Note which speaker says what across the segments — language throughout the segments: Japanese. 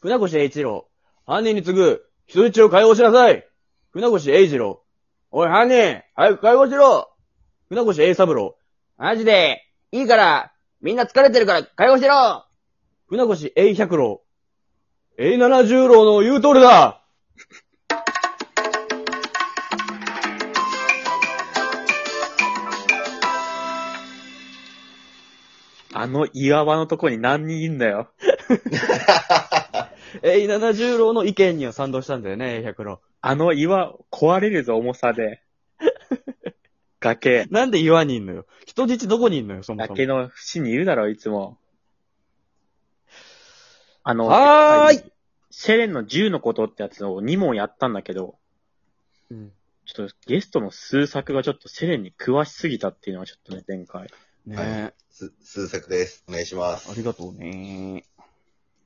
Speaker 1: 船越英一郎、犯人に次ぐ、人質を解放しなさい船越英一郎、おい犯人、早く解放しろ船越英三郎、マジで、いいから、みんな疲れてるから解放しろ船越英百郎、英七十郎の言う通りだ
Speaker 2: あの岩場のとこに何人いんだよ。
Speaker 1: 英七十郎の意見には賛同したんだよね、英百郎。
Speaker 2: あの岩、壊れるぞ、重さで。崖。
Speaker 1: なんで岩にいんのよ人質どこにいんのよ、そもそも
Speaker 2: 崖。の淵にいるだろ、いつも。あの、
Speaker 1: はーい
Speaker 2: セレンの銃のことってやつを2問やったんだけど、
Speaker 1: うん
Speaker 2: ちょっとゲストの数作がちょっとセレンに詳しすぎたっていうのはちょっとね、前回。
Speaker 1: ねえ、
Speaker 3: す、数作です。お願いしま
Speaker 1: あ
Speaker 3: す。
Speaker 1: りがとうね。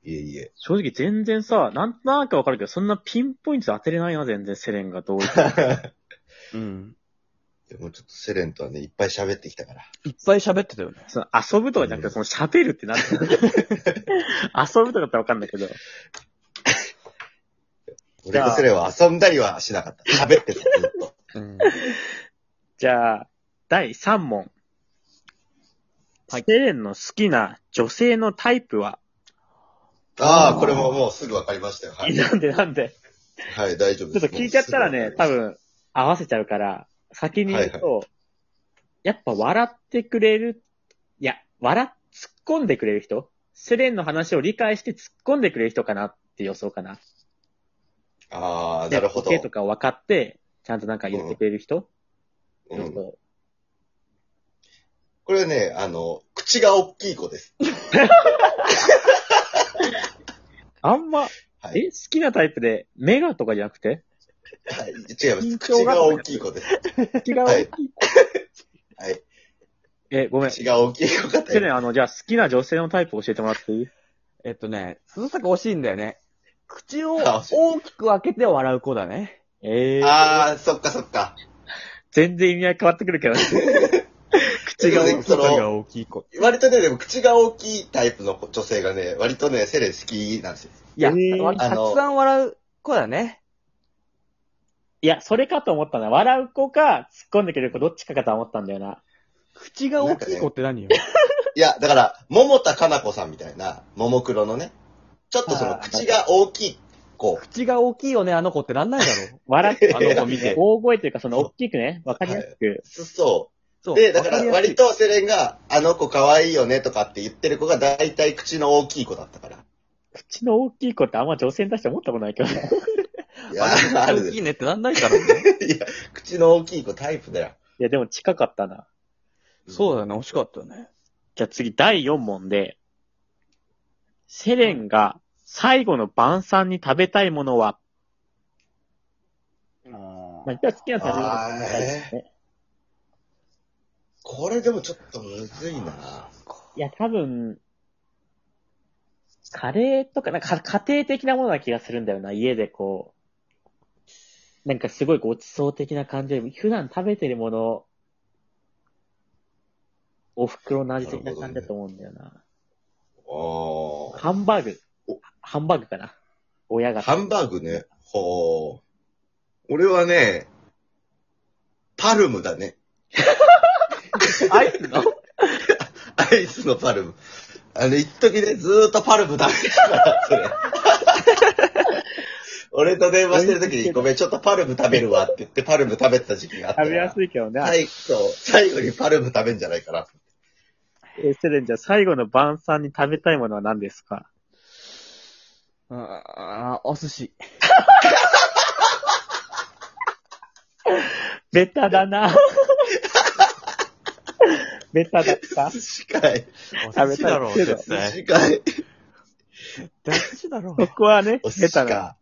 Speaker 3: いえいえ。
Speaker 2: 正直全然さ、なんとなくわかるけど、そんなピンポイントで当てれないな、全然セレンがどういう。
Speaker 1: うん。
Speaker 3: でもちょっとセレンとはね、いっぱい喋ってきたから。
Speaker 1: いっぱい喋ってたよね。
Speaker 2: その遊ぶとかじゃなくて、その喋るってなんだ 遊ぶとかだったらわかんないけど。
Speaker 3: 俺とセレンは遊んだりはしなかった。喋ってた、ずっ と。
Speaker 1: うん。
Speaker 2: じゃあ、第3問。
Speaker 1: はい
Speaker 2: セレンの好きな女性のタイプは、
Speaker 3: ああ、これももうすぐわかりましたよ。はい。
Speaker 2: なんでなんで
Speaker 3: はい、大丈夫
Speaker 2: ちょ
Speaker 3: で
Speaker 2: っと
Speaker 3: す。
Speaker 2: 聞いちゃったら
Speaker 3: も
Speaker 2: ね
Speaker 3: う、すぐ
Speaker 2: 多
Speaker 3: わかりま
Speaker 2: 分合わせちゃうから、先に言うと、
Speaker 3: は
Speaker 2: やっぱ笑ってくれる、いや、笑っ、突っ込んでくれる人セレンの話を理解して突っ込んでくれる人かなって予想かな。
Speaker 3: すああ、なるほど
Speaker 2: でボ。ケとか分かって、ちゃんとなんか言ってくれる人、
Speaker 3: う
Speaker 2: 予
Speaker 3: ん、
Speaker 2: 想
Speaker 3: これね、あの、口が大きい子です。
Speaker 2: あんま、
Speaker 3: はい。
Speaker 2: え、好きなタイプで、メガとかじゃなくて
Speaker 3: はい、違います。
Speaker 2: 緊張
Speaker 3: 口
Speaker 2: が
Speaker 3: が大きい子です。
Speaker 2: 違う、
Speaker 3: はいはい。
Speaker 2: え、ごめん。
Speaker 3: 口が大きい子が
Speaker 2: セレン、あの、じゃあ好きな女性のタイプ教えてもらっていい
Speaker 1: えっとね、鈴作惜しいんだよね。口を
Speaker 3: あ惜しい
Speaker 1: 大きく開けて笑う子だね。
Speaker 2: ええ
Speaker 3: ああ、そっかそっか。
Speaker 2: 全然意味合い変わってくるけどね。口が大きい。
Speaker 3: その
Speaker 1: 口が大きい子。
Speaker 3: 割とね、でも口が大きいタイプの女性がね、割とね、セレン好きなんですよ。
Speaker 1: いや、
Speaker 2: えー
Speaker 1: 割とたくさん笑う子だね。
Speaker 2: いや、それかと思ったな。笑う子か、突っ込んでくれる子、どっちかかと思ったんだよな。
Speaker 1: 口が大きい子って何よ。
Speaker 3: いや、だから、桃田かな子さんみたいな、ももクロのね、ちょっとその
Speaker 2: あー
Speaker 3: 口が大きい子。
Speaker 1: 口が大きいよね、あの子ってなんないだ ろう。
Speaker 2: 笑って、
Speaker 1: あの子見て
Speaker 2: 大声というか、その、大きくね、わかりやすく。
Speaker 3: そ。
Speaker 1: そうう。
Speaker 3: で、だか
Speaker 1: わ
Speaker 3: ら
Speaker 1: りやすい
Speaker 3: 割。とセレンが、あの子可愛いよねとかって言ってる子が大体口の大きい子だったから。
Speaker 2: 口の大きい子ってあんま女性に対して思ったことないけどね。
Speaker 3: いや、あ
Speaker 1: あ
Speaker 3: る
Speaker 1: 大き
Speaker 3: で
Speaker 1: いねってなんないだ ろうね。
Speaker 3: す。いや、口の大きい子タイプだよ。
Speaker 2: いや、でも近かったな。
Speaker 1: そうだね、惜しかったね。
Speaker 2: じゃあ次、第4問で、セレンが最後の晩餐に食べたいものは、まあ、一応好きな食べ物
Speaker 3: あー
Speaker 2: ですね。
Speaker 3: これでもちょっとむずいな。
Speaker 2: いや、多分、カレーとか、なんかか家庭的なものな気がするんだよな、家でこう。なんかすごいごちそう的な感じよりも、普段食べてるもの、お袋の味的な感じだと思うんだよな。
Speaker 3: おー
Speaker 2: ハンバーグ
Speaker 3: お。
Speaker 2: ハンバーグかな。親が。
Speaker 3: ハンバーグね。ほう。俺はね、パルムだね。
Speaker 2: アイスの
Speaker 3: アイスのパルム。あれ、一時ね、ずーっとパルム食べてたから、それ。俺と電話してる時に、ごめん、ちょっとパルム食べるわって言って、パルム食べてた時期があった
Speaker 2: 食べや
Speaker 3: い。
Speaker 2: すいけどね。
Speaker 3: 最後、最後にパルム食べんじゃないかな。
Speaker 2: えーセレン、じゃあ最後の晩餐に食べたいものは何ですか
Speaker 1: ああ、お寿司。
Speaker 2: ベタだな。 ベタだった。
Speaker 3: 寿司かい。
Speaker 1: お寿司だろう、
Speaker 2: 食べたいけど
Speaker 1: 絶対。
Speaker 3: 寿司かい。
Speaker 1: お寿司だろ う
Speaker 2: そ。こはね
Speaker 3: お、寿
Speaker 2: ベ
Speaker 3: 司
Speaker 2: タだ。
Speaker 3: か。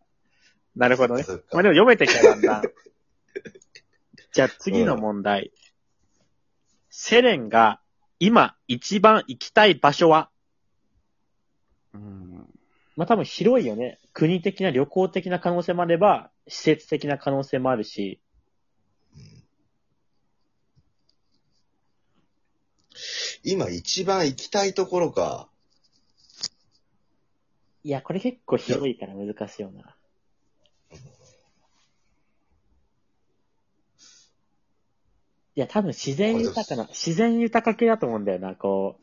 Speaker 2: なるほどね。
Speaker 3: そっか
Speaker 2: まあでも読めてきたんだ。じゃあ次の問題。セレンが今一番行きたい場所は
Speaker 1: うん。
Speaker 2: まあ多分広いよね。国的な旅行的な可能性もあれば、施設的な可能性もあるし、
Speaker 3: 今一番行きたいところか。
Speaker 2: いや、これ結構広いから難しいよな。いや、多分自然豊かな、自然豊か系だと思うんだよな、こ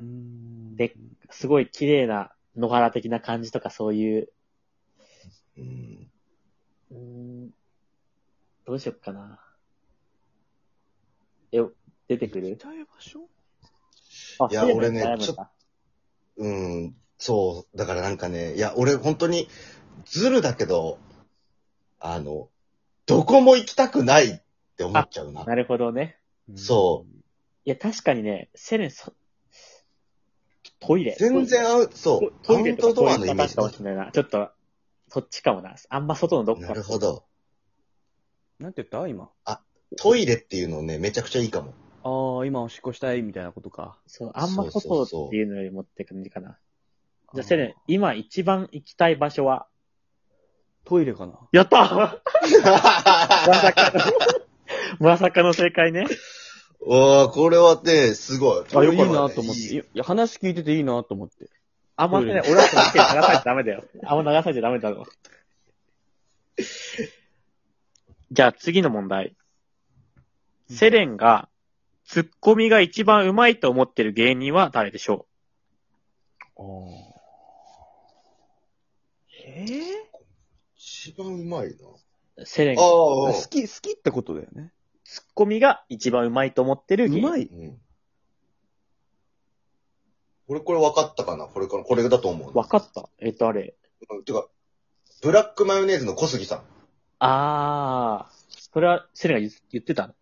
Speaker 1: うん
Speaker 2: でう、すごい綺麗な野原的な感じとかそういう、
Speaker 3: うん。
Speaker 2: うーん、どうしよっかな。え、出てく
Speaker 1: 行
Speaker 2: る
Speaker 1: きたい場所。
Speaker 2: あ
Speaker 3: いや
Speaker 2: そううの
Speaker 3: 俺ね
Speaker 2: 悩むんだ
Speaker 3: ちょっうん。そう。だからなんかね、いや、俺本当に、ズルだけど、あの、どこも行きたくないって思っちゃうな。
Speaker 2: なるほどね。
Speaker 3: そう
Speaker 2: いや、確かにね、セレン、そトイレ。
Speaker 3: 全然アウ、そう、ア
Speaker 2: トイ
Speaker 3: ウ
Speaker 2: レ
Speaker 3: ト
Speaker 2: とか
Speaker 3: ド
Speaker 2: そ
Speaker 3: ア
Speaker 2: う
Speaker 3: の
Speaker 2: い
Speaker 3: イ
Speaker 2: う
Speaker 3: メ
Speaker 2: パタ
Speaker 3: ー
Speaker 2: ーン
Speaker 3: ジ
Speaker 2: かもしれないな。ちょっと、そっちかもな。あんま外のどっか。
Speaker 3: なるほ。ど。
Speaker 1: なんて言った今。
Speaker 3: トイレっていうのね、めちゃくちゃいいかも。
Speaker 1: ああ、今おしっこしたいみたいなことか。
Speaker 2: そう、あんま
Speaker 3: そう
Speaker 2: 外
Speaker 3: そうそう
Speaker 2: っていうのよりもって感じかな。じゃあ、セレン、今一番行きたい場所は
Speaker 1: トイレかな。
Speaker 2: やった まさかの、まさかの正解ね。
Speaker 3: わあ、これはね、すごい。
Speaker 1: あ、いいなと思っ
Speaker 3: い
Speaker 1: て。
Speaker 3: い
Speaker 1: いや、話聞いてていいなと思って。
Speaker 2: あんまね、俺らと意見流されちゃダメだよ。 あんま流されちゃダメだろ。じゃあ次の問題。セレンが、ツッコミが一番うまいと思ってる芸人は誰でしょ
Speaker 1: あえー、
Speaker 3: 一番うまいな。
Speaker 2: うセレン
Speaker 3: あ
Speaker 2: が、
Speaker 1: 好
Speaker 3: あ、
Speaker 1: き、好きってことだよね。
Speaker 2: ツッコミが一番うまいと思ってる
Speaker 1: う
Speaker 2: 芸人。
Speaker 1: まい。
Speaker 3: うん。俺これ分かったかなこれかなこれだと思う。
Speaker 2: わかった。えっと、あれ。
Speaker 3: うんてか、ブラックマヨネーズの小杉さん。
Speaker 2: あー、それはセレンが言言ってたの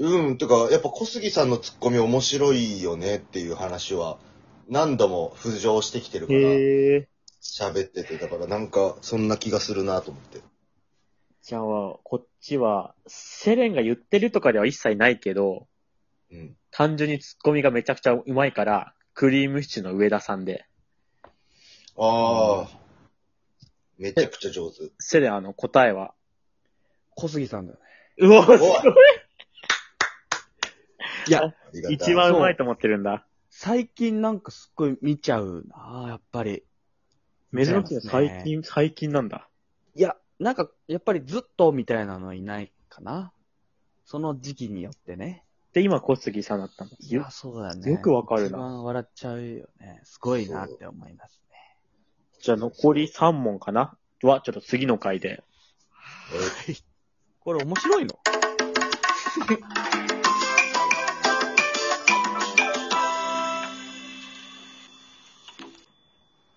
Speaker 3: うん、てか、やっぱ小杉さんのツッコミ面白いよねっていう話は、何度も浮上してきてるから、
Speaker 2: へー。
Speaker 3: 喋ってて、だからなんか、そんな気がするなと思って。
Speaker 2: じゃあ、こっちは、セレンが言ってるとかでは一切ないけど、
Speaker 3: うん。
Speaker 2: 単純にツッコミがめちゃくちゃうまいから、クリームシチューの上田さんで、
Speaker 3: ああ、めちゃくちゃ上手。
Speaker 2: セレンあの答えは、
Speaker 1: 小杉さんだよね。
Speaker 2: うわ、
Speaker 3: おい
Speaker 1: いや、
Speaker 3: ありがたい
Speaker 2: 一番うまいと思ってるんだ。
Speaker 1: 最近なんかすっごい見ちゃうなやっぱり。
Speaker 2: 珍しい
Speaker 1: そう
Speaker 2: ね
Speaker 1: ですね
Speaker 2: 最近、最近なんだ。
Speaker 1: いや、なんか、やっぱりずっとみたいなのはいないかな。その時期によってね。
Speaker 2: で、今小杉さんだったの。
Speaker 1: いや、そうだよね。
Speaker 2: よくわかるな
Speaker 1: 一番笑っちゃうよね。すごいなって思いますね。
Speaker 2: じゃあ残り3問かなは、ちょっと次の回で。
Speaker 3: え
Speaker 1: これ面白いの